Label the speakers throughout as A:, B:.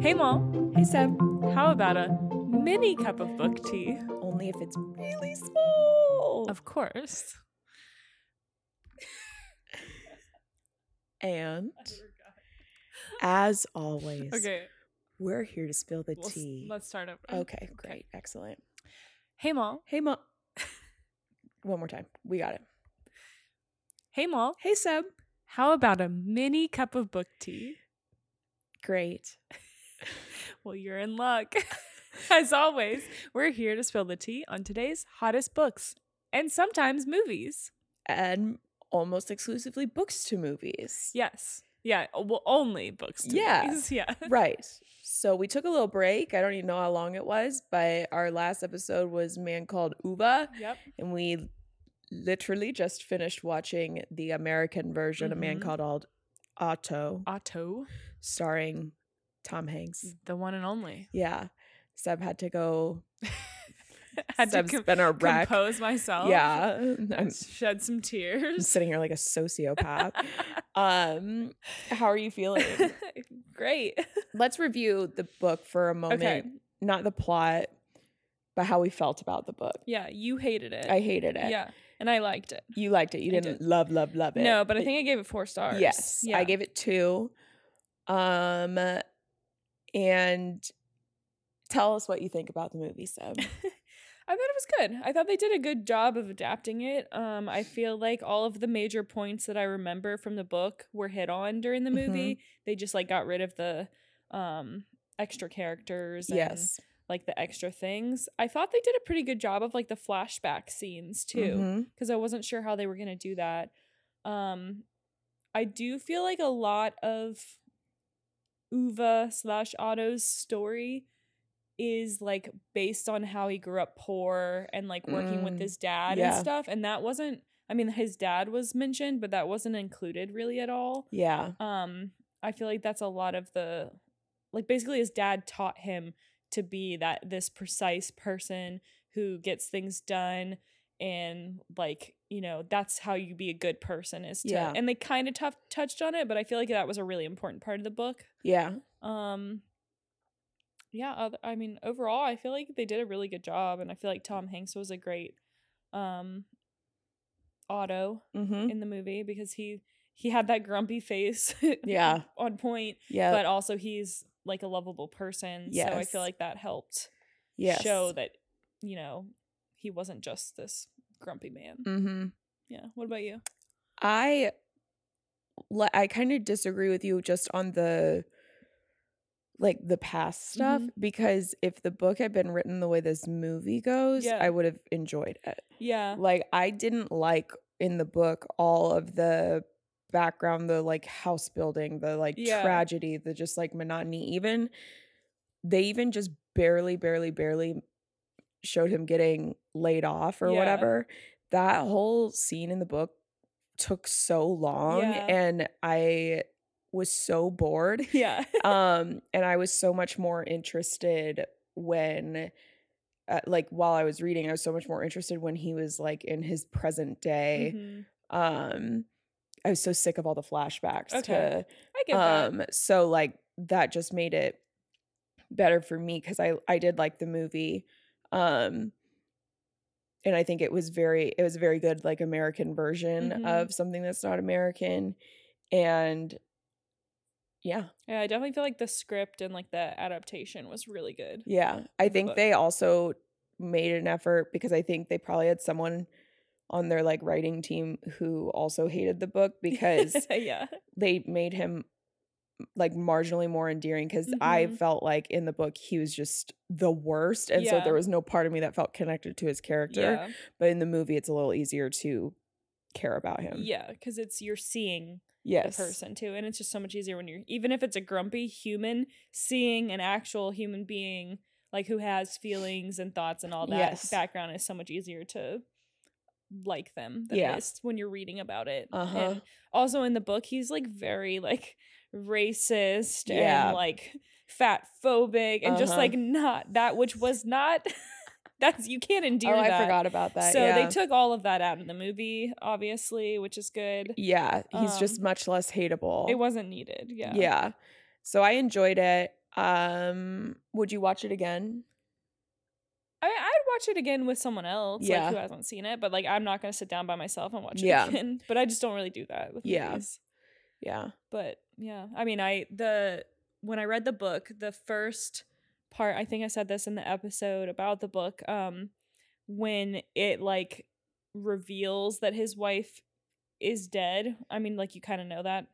A: Hey, Mom.
B: Hey, Seb.
A: How about a mini cup of book tea?
B: Only if it's really small.
A: Of course.
B: And as always,
A: Okay.
B: we're here to spill the
A: we'll s-
B: tea.
A: let's start over.
B: okay, great. Excellent.
A: Hey, Mom.
B: Hey, Mom. One more time. We got it.
A: Hey, Mom.
B: Hey, Seb.
A: How about a mini cup of book tea?
B: Great.
A: Well, you're in luck. As always, we're here to spill the tea on today's hottest books and sometimes movies.
B: And almost exclusively books to movies.
A: Yes. Yeah. Well, only books. To
B: Yeah.
A: movies. Yeah.
B: Right. So we took a little break. I don't even know how long it was, but our last episode was a Man Called Uva,
A: Yep.
B: and we literally just finished watching the American version of Man
A: Mhm.
B: Called Alt- Otto.
A: Otto,
B: starring Tom Hanks.
A: the one and only.
B: Yeah. Seb had to go.
A: Had
B: Seb's
A: to com-
B: been a wreck.
A: compose myself.
B: Yeah. I'm
A: Shed some tears.
B: sitting here like a sociopath. um, how are you feeling?
A: Great.
B: Let's review the book for a moment.
A: Okay.
B: Not the plot, but how we felt about the book.
A: Yeah, you hated it.
B: I hated it.
A: Yeah, and I liked it.
B: You liked it. You
A: I
B: didn't love, love, love it.
A: No, but I think I gave it four stars.
B: Yes. I gave it two. Um and tell us what you think about the movie, Seb.
A: I thought it was good. I thought they did a good job of adapting it. Um, I feel like all of the major points that I remember from the book were hit on during the
B: Mhm.
A: movie. They just like got rid of the um extra characters. and,
B: yes.
A: like the extra things. I thought they did a pretty good job of like the flashback scenes too.
B: Mhm.
A: because I wasn't sure how they were going to do that. Um, I do feel like a lot of Uva slash Otto's story is like based on how he grew up poor and like working
B: Mm,
A: with his dad
B: yeah.
A: and stuff. And that wasn't, I mean, his dad was mentioned, but that wasn't included really at all.
B: Yeah.
A: Um, I feel like that's a lot of the, like basically his dad taught him to be that this precise person who gets things done and like you know that's how you be a good person is to
B: Yeah.
A: and they kind of tough touched on it but i feel like that was a really important part of the book
B: Yeah.
A: um yeah oth- i mean overall i feel like they did a really good job and i feel like tom hanks was a great um auto
B: Mm-hmm.
A: in the movie because he he had that grumpy face
B: Yeah.
A: on point
B: Yeah.
A: but also he's like a lovable person so i
B: Oh. Yes.
A: feel like that helped
B: yes.
A: show that you know he wasn't just this grumpy man.
B: Mm-hmm.
A: Yeah. What about you?
B: I li- I kind of disagree with you just on the like the past stuff
A: Mm-hmm.
B: because if the book had been written the way this movie goes,
A: Yeah.
B: I would have enjoyed it.
A: Yeah.
B: Like I didn't like in the book all of the background, the like house building, the like
A: Yeah.
B: tragedy, the just like monotony. Even they even just barely, barely, barely showed him getting laid off or
A: Yeah.
B: whatever. That whole scene in the book took so long
A: Yeah.
B: and I was so bored
A: Yeah.
B: um and i was so much more interested when uh, like while i was reading i was so much more interested when he was like in his present day
A: Mhm.
B: um i was so sick of all the flashbacks
A: Okay, I
B: to
A: get that.
B: um so like that just made it better for me cuz i i did like the movie um and i think it was very it was a very good like american version
A: Mhm.
B: of something that's not american and yeah
A: Yeah, I definitely feel like the script and like the adaptation was really good.
B: Yeah. I
A: of the
B: think
A: book.
B: they also made an effort because I think they probably had someone on their like writing team who also hated the book because
A: yeah.
B: they made him like marginally more endearing because I
A: Mhm.
B: felt like in the book he was just the worst. And so
A: Yeah.
B: there was no part of me that felt connected to his character.
A: Yeah.
B: But in the movie it's a little easier to care about him.
A: Yeah, cuz it's you're seeing
B: Yes. Oh,
A: the person too and it's just so much easier when you're even if it's a grumpy human seeing an actual human being like who has feelings and thoughts and all that
B: Yes.
A: background is so much easier to like them than
B: Yeah.
A: it is when you're reading about it
B: Uh-huh.
A: and also in the book he's like very like racist
B: Yeah.
A: and like fat phobic and just
B: Uh-huh.
A: like not that which was not that's you can't endure
B: oh,
A: that.
B: I forgot about that.
A: so
B: yeah.
A: they took all of that out in the movie, obviously, which is good.
B: yeah, he's just
A: um,
B: much less hateable.
A: It wasn't needed. Yeah.
B: yeah. So I enjoyed it. Um, would you watch it again?
A: I mean, I'd watch it again with someone else,
B: Yeah.
A: like who hasn't seen it, but like I'm not gonna sit down by myself and watch it
B: Yeah.
A: again. But I just don't really do that with
B: Yeah.
A: movies.
B: Yeah.
A: But yeah. I mean I the when I read the book, the first part, I think I said this in the episode about the book, um, when it like reveals that his wife is dead. I mean, like you kinda know that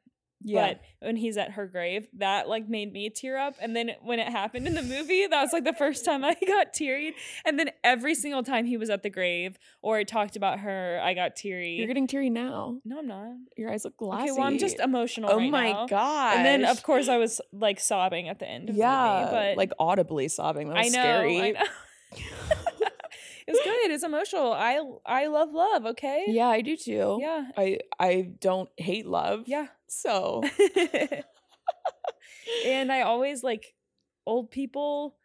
B: Yeah.
A: But when he's at her grave, that like made me tear up. And then when it happened in the movie, that was like the first time I got teary. And then every single time he was at the grave or I talked about her, I got teary.
B: You're getting teary now.
A: no, I'm not.
B: Your eyes look glossy.
A: Okay, well, I'm just emotional.
B: Oh
A: right
B: my
A: now.
B: god.
A: And then of course I was like sobbing at the end. Of
B: yeah,
A: the movie, but
B: like audibly sobbing. That was
A: I know.
B: scary.
A: I know. it's good. It's emotional. I I love love. Okay.
B: Yeah, I do too.
A: Yeah.
B: I I don't hate love.
A: Yeah.
B: So
A: and I always like old people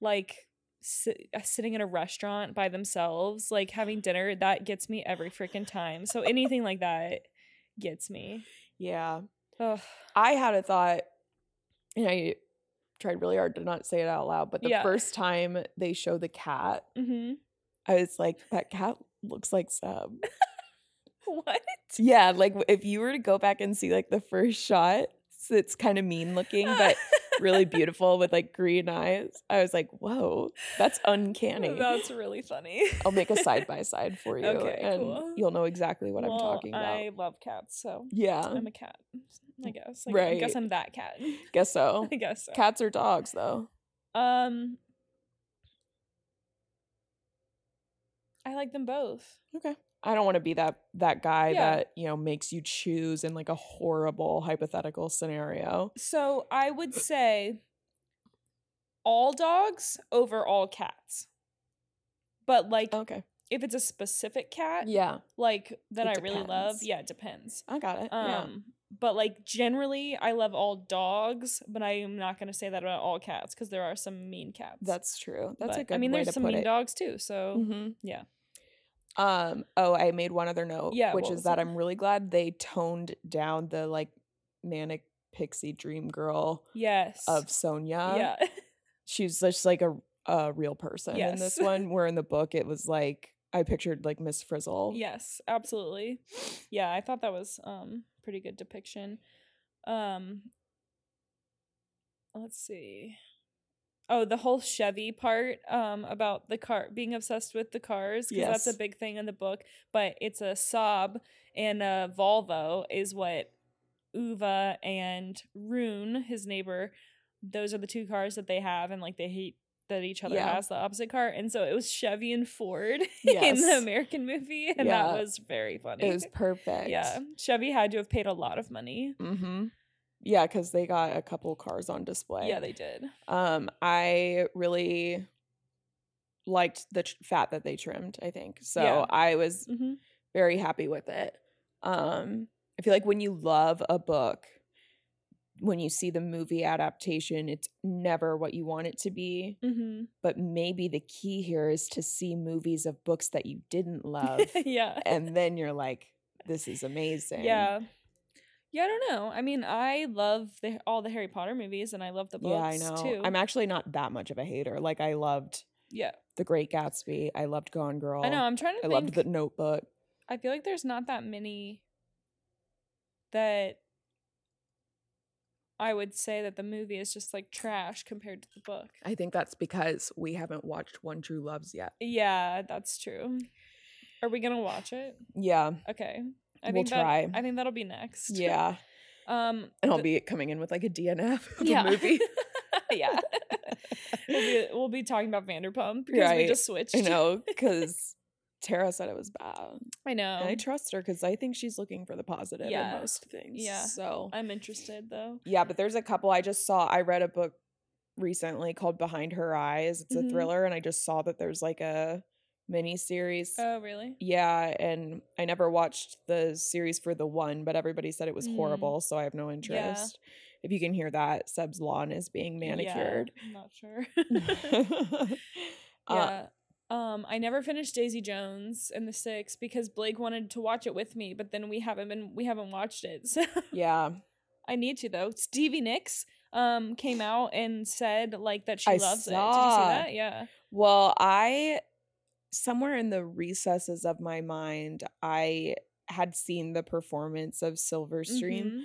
A: like si- uh, sitting in a restaurant by themselves, like having dinner. That gets me every freaking time. So anything like that gets me.
B: yeah,
A: Ugh.
B: I had a thought, and I tried really hard to not say it out loud. But the
A: Yeah.
B: first time they show the cat,
A: hmm
B: I was like, that cat looks like sub.
A: What?
B: yeah, like w- if you were to go back and see like the first shot, s- it's kind of mean looking, but really beautiful with like green eyes. I was like, whoa, that's uncanny.
A: That's really funny.
B: I'll make a side by side for you,
A: Okay,
B: and
A: cool.
B: you'll know exactly what I'm
A: Well,
B: talking about.
A: I love cats, so
B: yeah,
A: I'm a cat. I guess. Like, I
B: Right.
A: guess I'm that cat.
B: guess so.
A: I guess so.
B: Cats or dogs, though.
A: Um. I like them both.
B: I don't want to be that that guy
A: Yeah.
B: that you know makes you choose in like a horrible hypothetical scenario.
A: So I would say all dogs over all cats. But like
B: Okay.
A: if it's a specific cat,
B: Oh. Yeah,
A: like that I
B: It
A: really love,
B: depends.
A: yeah, it depends.
B: I got it.
A: Um
B: yeah.
A: but like generally I love all dogs, but I am not gonna say that about all cats because there are some mean cats.
B: That's true. That's a
A: But,
B: good.
A: I mean
B: way
A: there's
B: to
A: some
B: put
A: mean
B: it.
A: dogs too, so
B: Mhm.
A: yeah.
B: Um. Oh, I made one other note.
A: Yeah,
B: Which
A: what
B: is
A: was
B: that
A: it?
B: I'm really glad they toned down the like manic pixie dream girl
A: yes.
B: of Sonia.
A: yeah.
B: she's just like a a real person in this
A: Yes.
B: one. Where in the book it was like I pictured like Miss Frizzle.
A: Yes, absolutely. Yeah, I thought that was um pretty good depiction. Um let's see. Oh, the whole Chevy part um about the car being obsessed with the cars because that's
B: Yes.
A: a big thing in the book, but it's a Saab and a Volvo is what Uva and Rune, his neighbor, those are the two cars that they have and like they hate that each other
B: Yeah.
A: has the opposite car. And so it was Chevy and Ford in the
B: Yes.
A: American movie, and
B: Yeah.
A: that was very funny.
B: It was perfect.
A: yeah, Chevy had to have paid a lot of money.
B: Mm-hmm. Yeah, because they got a couple cars on display.
A: Yeah, they did.
B: um, I really liked the tr- fat that they trimmed. I think so.
A: Yeah.
B: I was
A: hmm
B: very happy with it. Um, I feel like when you love a book, when you see the movie adaptation, it's never what you want it to be.
A: hmm
B: But maybe the key here is to see movies of books that you didn't love,
A: yeah,
B: and then you're like, "This is amazing."
A: yeah, yeah. I don't know. I mean, I love the, all the Harry Potter movies, and I love the books
B: Yeah, I know.
A: too.
B: I'm actually not that much of a hater. Like I loved
A: yeah,
B: The Great Gatsby. I loved Gone Girl.
A: I know. I'm trying to
B: I
A: think.
B: loved The Notebook.
A: I feel like there's not that many that I would say that the movie is just like trash compared to the book.
B: I think that's because we haven't watched One True Loves yet.
A: Yeah, that's true. Are we gonna watch it?
B: Yeah,
A: Okay. I
B: We'll
A: think that,
B: try.
A: I think that'll be next.
B: yeah.
A: Um
B: And I'll
A: the-
B: be coming in with like a DNF of
A: yeah.
B: a movie.
A: yeah. we'll be we'll be talking about Vanderpump because we
B: Right.
A: just switched.
B: I know because Tara said it was bad,
A: I know.
B: and I trust her because I think she's looking for the positive
A: Oh. Yeah.
B: in most things.
A: Yeah.
B: So
A: I'm interested though.
B: yeah, but there's a couple I just saw. I read a book recently called Behind Her Eyes. It's a
A: Mhm.
B: thriller, and I just saw that there's like a miniseries.
A: Oh, really?
B: yeah, and I never watched the series for the one, but everybody said it was
A: Mm.
B: horrible, so I have no interest. If you can hear that, Seb's lawn is being
A: Yeah,
B: manicured.
A: I'm not sure.
B: Uh,
A: yeah. um, I never finished Daisy Jones and the Six because Blake wanted to watch it with me, but then we haven't been we haven't watched it. So
B: yeah,
A: I need to though. Stevie Nicks um came out and said like that she
B: I
A: loves
B: saw.
A: it. Did you see that? Yeah.
B: Well, I somewhere in the recesses of my mind, I had seen the performance of Silverstream,
A: Mhm.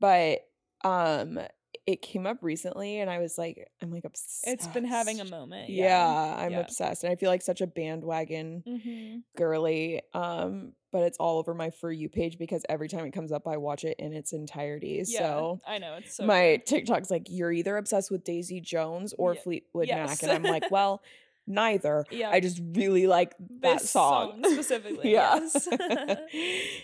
B: but um it came up recently and I was like, I'm like obsessed.
A: It's been having a moment. Yeah.
B: yeah, I'm
A: yeah.
B: obsessed. And I feel like such a bandwagon
A: hmm
B: girly. Um, but it's all over my for you page because every time it comes up, I watch it in its entirety.
A: yeah.
B: So
A: I know it's so
B: my
A: good.
B: TikTok's like, you're either obsessed with Daisy Jones or
A: Ye-
B: Fleetwood
A: yes.
B: Mac. And I'm like, well, neither.
A: yeah.
B: I just really like that
A: this
B: song.
A: specifically.
B: yeah.
A: Yes.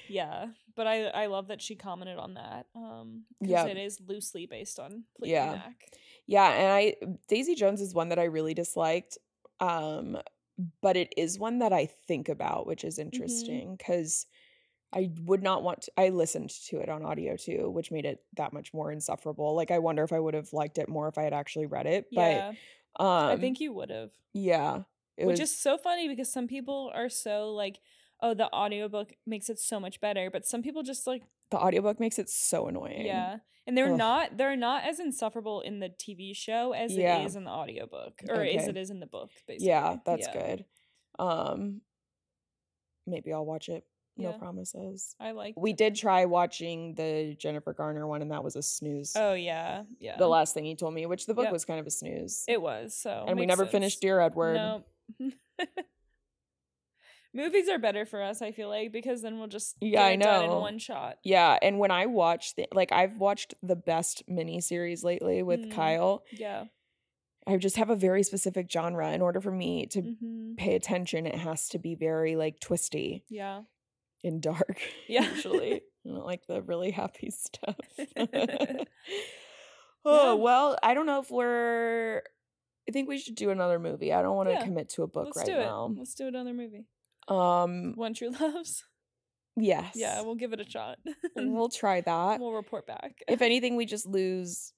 A: yeah. But I I love that she commented on that. Um 'cause
B: Yeah.
A: it is loosely based on Fleetwood
B: Yeah.
A: Mac.
B: yeah, and I Daisy Jones is one that I really disliked. Um, but it is one that I think about, which
A: Mm-hmm.
B: is interesting because I would not want to, I listened to it on audio too, which made it that much more insufferable. Like I wonder if I would have liked it more if I had actually read it.
A: Yeah.
B: But um
A: I think you would have.
B: yeah. It
A: Which is so funny because some people are so like, oh, the audiobook makes it so much better. But some people just like,
B: the audiobook makes it so annoying.
A: yeah. And they're
B: Ugh.
A: not they're not as insufferable in the TV show as
B: Yeah.
A: it is in the audiobook. Or as
B: Okay.
A: it is in the book, basically.
B: Yeah, that's
A: Yeah.
B: good. Um maybe I'll watch it. No
A: Yeah.
B: promises.
A: I like
B: We did try watching the Jennifer Garner one and that was a snooze.
A: Oh yeah. Yeah.
B: The last thing you told me, which the book
A: Yep.
B: was kind of a snooze.
A: it was so
B: and we
A: makes
B: never
A: sense.
B: finished Dear Edward.
A: No. Movies are better for us, I feel like, because then we'll just
B: Yeah, I
A: it done
B: know.
A: in one shot.
B: Yeah, and when I watch the like I've watched the best miniseries lately with
A: Mm.
B: Kyle.
A: Yeah.
B: I just have a very specific genre. In order for me to
A: hmm
B: pay attention, it has to be very like twisty
A: Yeah.
B: and dark.
A: Yeah.
B: Usually. I don't like the really happy stuff. oh
A: Yeah.
B: well, I don't know if we're I think we should do another movie. I don't want to
A: Yeah.
B: commit to a book
A: Let's
B: right
A: do it.
B: now.
A: Let's do another movie.
B: Um
A: One True Loves.
B: yes.
A: Yeah, we'll give it a shot.
B: we'll try that.
A: we'll report back.
B: if anything, we just lose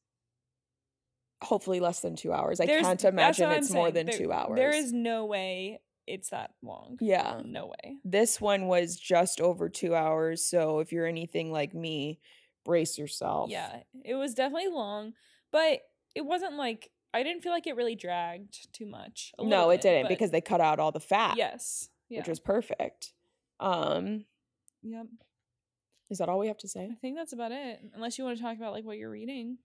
B: hopefully less than two hours. I
A: There's-
B: can't
A: that's what
B: imagine
A: I'm
B: it's more
A: saying.
B: than
A: There-
B: two hours.
A: There is no way it's that long.
B: yeah.
A: No way.
B: This one was just over two hours. So if you're anything like me, brace yourself.
A: Yeah, it was definitely long, but it wasn't like I didn't feel like it really dragged too much. a
B: No,
A: little
B: it
A: bit,
B: didn't
A: but
B: because they cut out all the fat.
A: yes, yeah,
B: Which was perfect. Um,
A: yep.
B: is that all we have to say?
A: I think that's about it. Unless you want to talk about like what you're reading.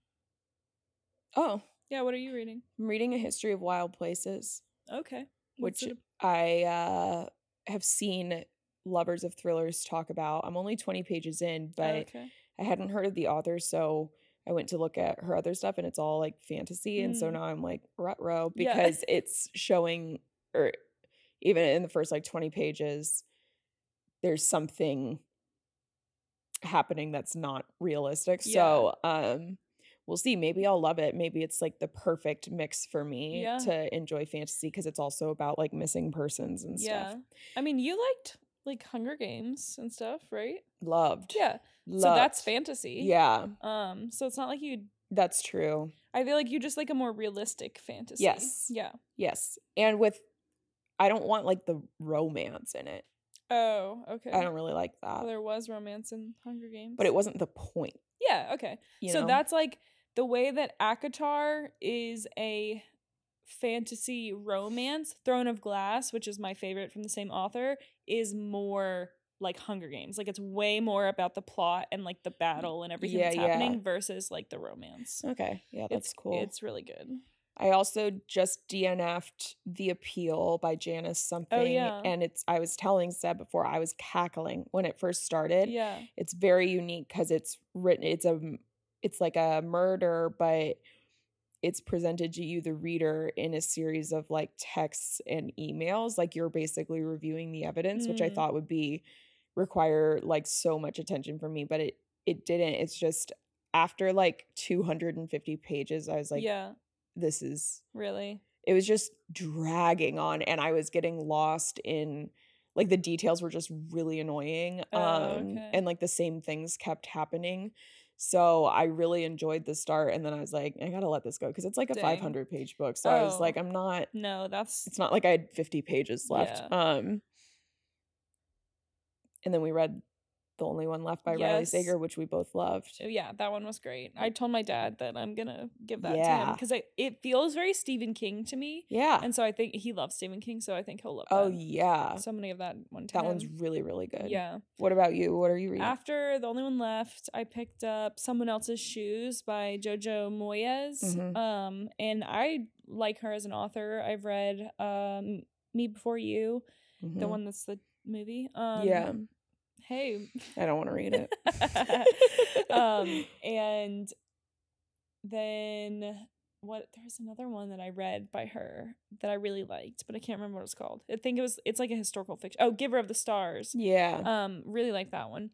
B: Oh,
A: Yeah, what are you reading?
B: I'm reading a history of wild places,
A: Okay. What's it
B: which
A: ab-
B: I uh have seen lovers of thrillers talk about. I'm only 20 pages in, but
A: okay.
B: I hadn't heard of the author, so I went to look at her other stuff and it's all like fantasy. And so
A: Mm.
B: now I'm like, rut row,
A: Yeah.
B: because it's showing, or even in the first like 20 pages, there's something happening that's not realistic.
A: Yeah.
B: So, um, we'll see. Maybe I'll love it. Maybe it's like the perfect mix for me
A: Yeah.
B: to enjoy fantasy because it's also about like missing persons and
A: Yeah.
B: stuff.
A: I mean, you liked like Hunger Games and stuff, right?
B: Loved.
A: Yeah. So that's
B: loved.
A: fantasy.
B: Yeah,
A: Um, so it's not like you
B: that's true.
A: I feel like you just like a more realistic fantasy.
B: Yes.
A: Yeah.
B: Yes. And with I don't want like the romance in it.
A: Oh, okay.
B: I don't really like
A: Well,
B: that.
A: there was romance in Hunger Games.
B: But it wasn't the point.
A: Yeah, okay.
B: You
A: so
B: know?
A: that's like the way that Akatar is a fantasy romance. Throne of Glass, which is my favorite from the same author, is more like Hunger Games. Like it's way more about the plot and like the battle and everything
B: Yeah,
A: that's
B: yeah.
A: happening versus like the romance.
B: Okay. Yeah, that's
A: it's
B: cool.
A: It's really good.
B: I also just DNF'd The Appeal by Janice something.
A: Oh, yeah.
B: And it's I was telling Seb before I was cackling when it first started.
A: Yeah.
B: It's very unique because it's written it's a m- it's like a murder, but it's presented to you the reader in a series of like texts and emails. Like you're basically reviewing the evidence, which I
A: Mm.
B: thought would be require like so much attention from me, but it it didn't. It's just after like 250 pages, I was like,
A: yeah.
B: this is
A: Really.
B: it was just dragging on and I was getting lost in like the details were just really annoying
A: Oh,
B: um
A: okay.
B: and like the same things kept happening. So I really enjoyed the start and then I was like I got to let this go cuz it's like a
A: Dang.
B: 500 page book. So I was
A: Oh.
B: like I'm not
A: No, that's
B: it's not like I had 50 pages left. Um and then we read the only one left by Riley
A: Yes.
B: Sager, which we both loved.
A: Oh, yeah, that one was great. I told my dad that I'm gonna give that to him
B: Yeah.
A: because it feels very Stephen King to me,
B: Yeah.
A: and so I think he loves Stephen King, so I think he'll love.
B: oh
A: that.
B: yeah.
A: so I'm gonna give that one to
B: That
A: him.
B: one's really really good.
A: yeah.
B: What about you? What are you reading?
A: After the only one left, I picked up Someone Else's Shoes by Jojo Moyes.
B: Mhm.
A: Um, and I like her as an author. I've read um Me Before You, the
B: Mhm.
A: one that's the movie. Um,
B: yeah.
A: Hey,
B: I don't want to read it.
A: um, and then what? There was another one that I read by her that I really liked, but I can't remember what it's called. I think it was. It's like a historical fiction. Oh, Giver of the Stars.
B: yeah.
A: Um, really liked that one.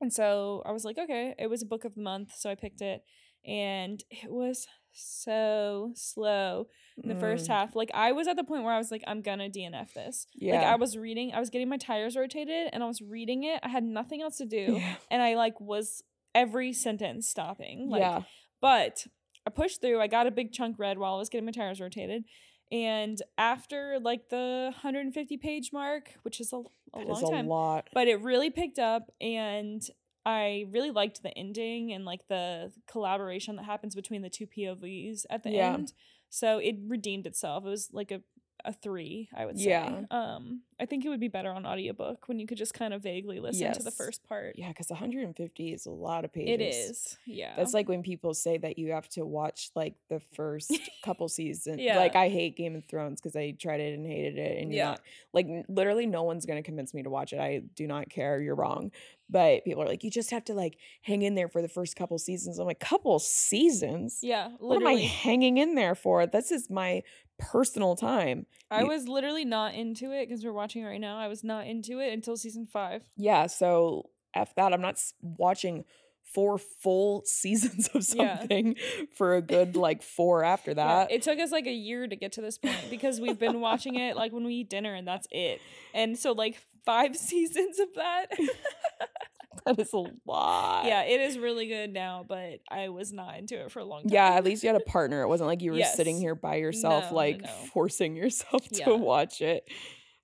A: And so I was like, okay, it was a book of the month, so I picked it, and it was so slow in the first
B: Mm,
A: half. Like I was at the point where I was like, I'm gonna DNF this. Like
B: Yeah.
A: I was reading, I was getting my tires rotated, and I was reading it. I had nothing else to do
B: yeah.
A: and I like was every sentence stopping. Like,
B: yeah.
A: But I pushed through. I got a big chunk read while I was getting my tires rotated. And after like the 150 page mark, which is a, a
B: That
A: long
B: is a
A: time,
B: lot.
A: but it really picked up and I really liked the ending and like the collaboration that happens between the two POVs at the
B: Yeah.
A: end. So it redeemed itself. It was like a a three, I would say.
B: Yeah.
A: Um, I think it would be better on audiobook when you could just kind of vaguely listen to the
B: Yes.
A: first part.
B: yeah, because 150 is a lot of pages.
A: It is. Yeah.
B: That's like when people say that you have to watch like the first couple seasons.
A: Yeah.
B: Like I hate Game of Thrones because I tried it and hated it, and you're
A: Yeah.
B: not like n- literally no one's gonna convince me to watch it. I do not care. You're wrong. But people are like, you just have to like hang in there for the first couple seasons. I'm like, couple seasons.
A: yeah,
B: What am I
A: literally.
B: hanging in there for? This is my personal time.
A: I
B: You-
A: was literally not into it because we're watching it right now. I was not into it until season five.
B: Yeah. So f that. I'm not s- watching four full seasons of
A: Yeah.
B: something for a good like four after
A: Yeah,
B: that.
A: it took us like a year to get to this point because we've been watching it like when we eat dinner and that's it. And so like five seasons of that.
B: that is a lot.
A: yeah, it is really good now, but I was not into it for a long time.
B: Yeah, at least you had a partner. It wasn't like you were sitting
A: Yes.
B: here by yourself,
A: No, no,
B: like
A: no.
B: forcing yourself to
A: Yeah.
B: watch it.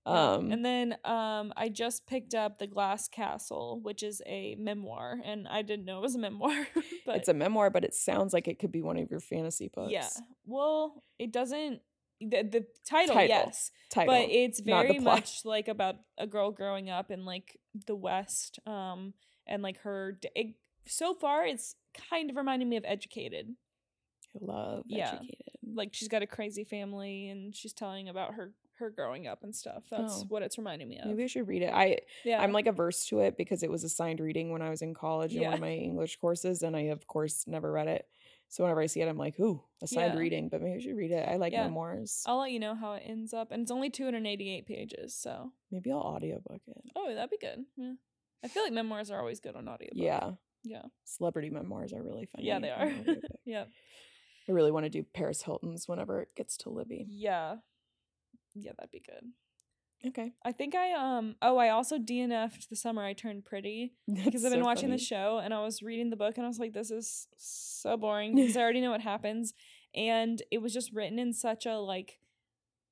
A: Yeah.
B: Um,
A: and then um, I just picked up The Glass Castle, which is a memoir, and I didn't know it was a memoir. but
B: it's a memoir, but it sounds like it could be one of your fantasy books.
A: Yeah. Well, it doesn't. The, the title,
B: Title,
A: yes,
B: title.
A: but it's
B: not the
A: very
B: plot.
A: much like about a girl growing up in like the West, um, and like her. d- It, so far, it's kind of reminding me of Educated.
B: I love
A: Yeah.
B: educated.
A: Like she's got a crazy family, and she's telling about her her growing up and stuff. That's
B: Oh.
A: what it's reminding me of.
B: Maybe I should read it. I
A: yeah,
B: I'm like averse to it because it was assigned reading when I was in college in one of
A: Yeah.
B: my English courses, and I of course never read it. So whenever I see it, I'm like, ooh, assigned
A: Yeah.
B: reading. But maybe I should read it. I like
A: Yeah. Oh
B: memoirs.
A: I'll let you know how it ends up, and it's only 288 pages. So,
B: maybe I'll audiobook it.
A: oh, that'd be good. Yeah, I feel like memoirs are always good on audiobook.
B: Yeah.
A: yeah,
B: Celebrity memoirs are really funny.
A: yeah, they
B: on
A: are.
B: audiobook.
A: yep.
B: I really want to do Paris Hilton's whenever it gets to Libby.
A: Yeah. Yeah, that'd be good.
B: Okay.
A: I think I um oh I also DNF'd the summer I turned pretty because I've been watching the show and I was reading the book and I was like this is so boring because I already know what happens and it was just written in such a like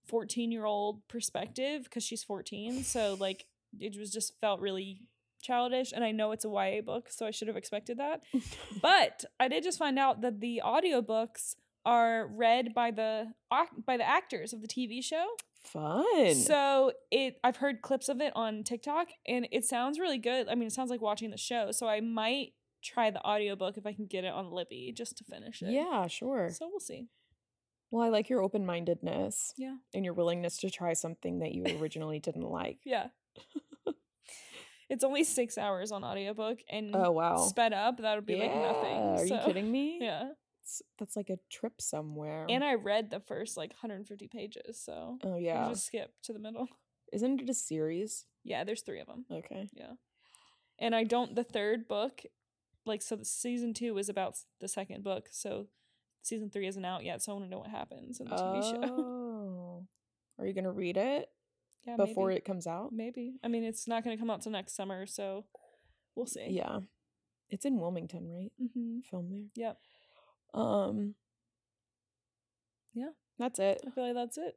A: 14 year old perspective because she's 14 so like it was just felt really childish and I know it's a YA book so I should have expected that but I did just find out that the audiobooks are read by the ac- by the actors of the TV show
B: Fun.
A: so it I've heard clips of it on TikTok and it sounds really good. I mean, it sounds like watching the show, so I might try the audiobook if I can get it on Libby just to finish it.
B: yeah, sure.
A: So we'll see.
B: well, I like your open mindedness.
A: Yeah.
B: And your willingness to try something that you originally didn't like.
A: Yeah. it's only 6 hours on audiobook and
B: Oh, wow.
A: sped up that would be like nothing.
B: Yeah, Are
A: so-
B: you kidding me?
A: Yeah.
B: It's- that's like a trip somewhere.
A: And I read the first like 150 pages, so
B: oh,
A: I can
B: yeah.
A: just skip to the middle.
B: Isn't it a series?
A: Yeah, there's 3 of them.
B: Okay.
A: and I don't the third book, like so the season two is
B: Oh,
A: about s- the second book, so season three isn't out yet, so I want to know what happens in the TV show.
B: Are you gonna read it
A: Yeah,
B: before
A: maybe.
B: it comes out?
A: Maybe. I mean, it's not going to come out till next summer, so we'll see.
B: Yeah. It's in Wilmington, right?
A: Mm-hmm.
B: Film there.
A: Yep.
B: Um.
A: Yeah.
B: That's it.
A: I feel like that's it.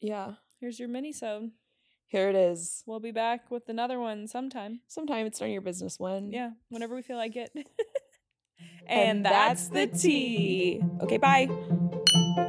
B: Yeah.
A: Here's your mini sode.
B: Here it is.
A: We'll be back with another one sometime.
B: Sometime it's none of your business when.
A: Yeah, whenever we feel like it.
B: And that's the tea. Okay, bye.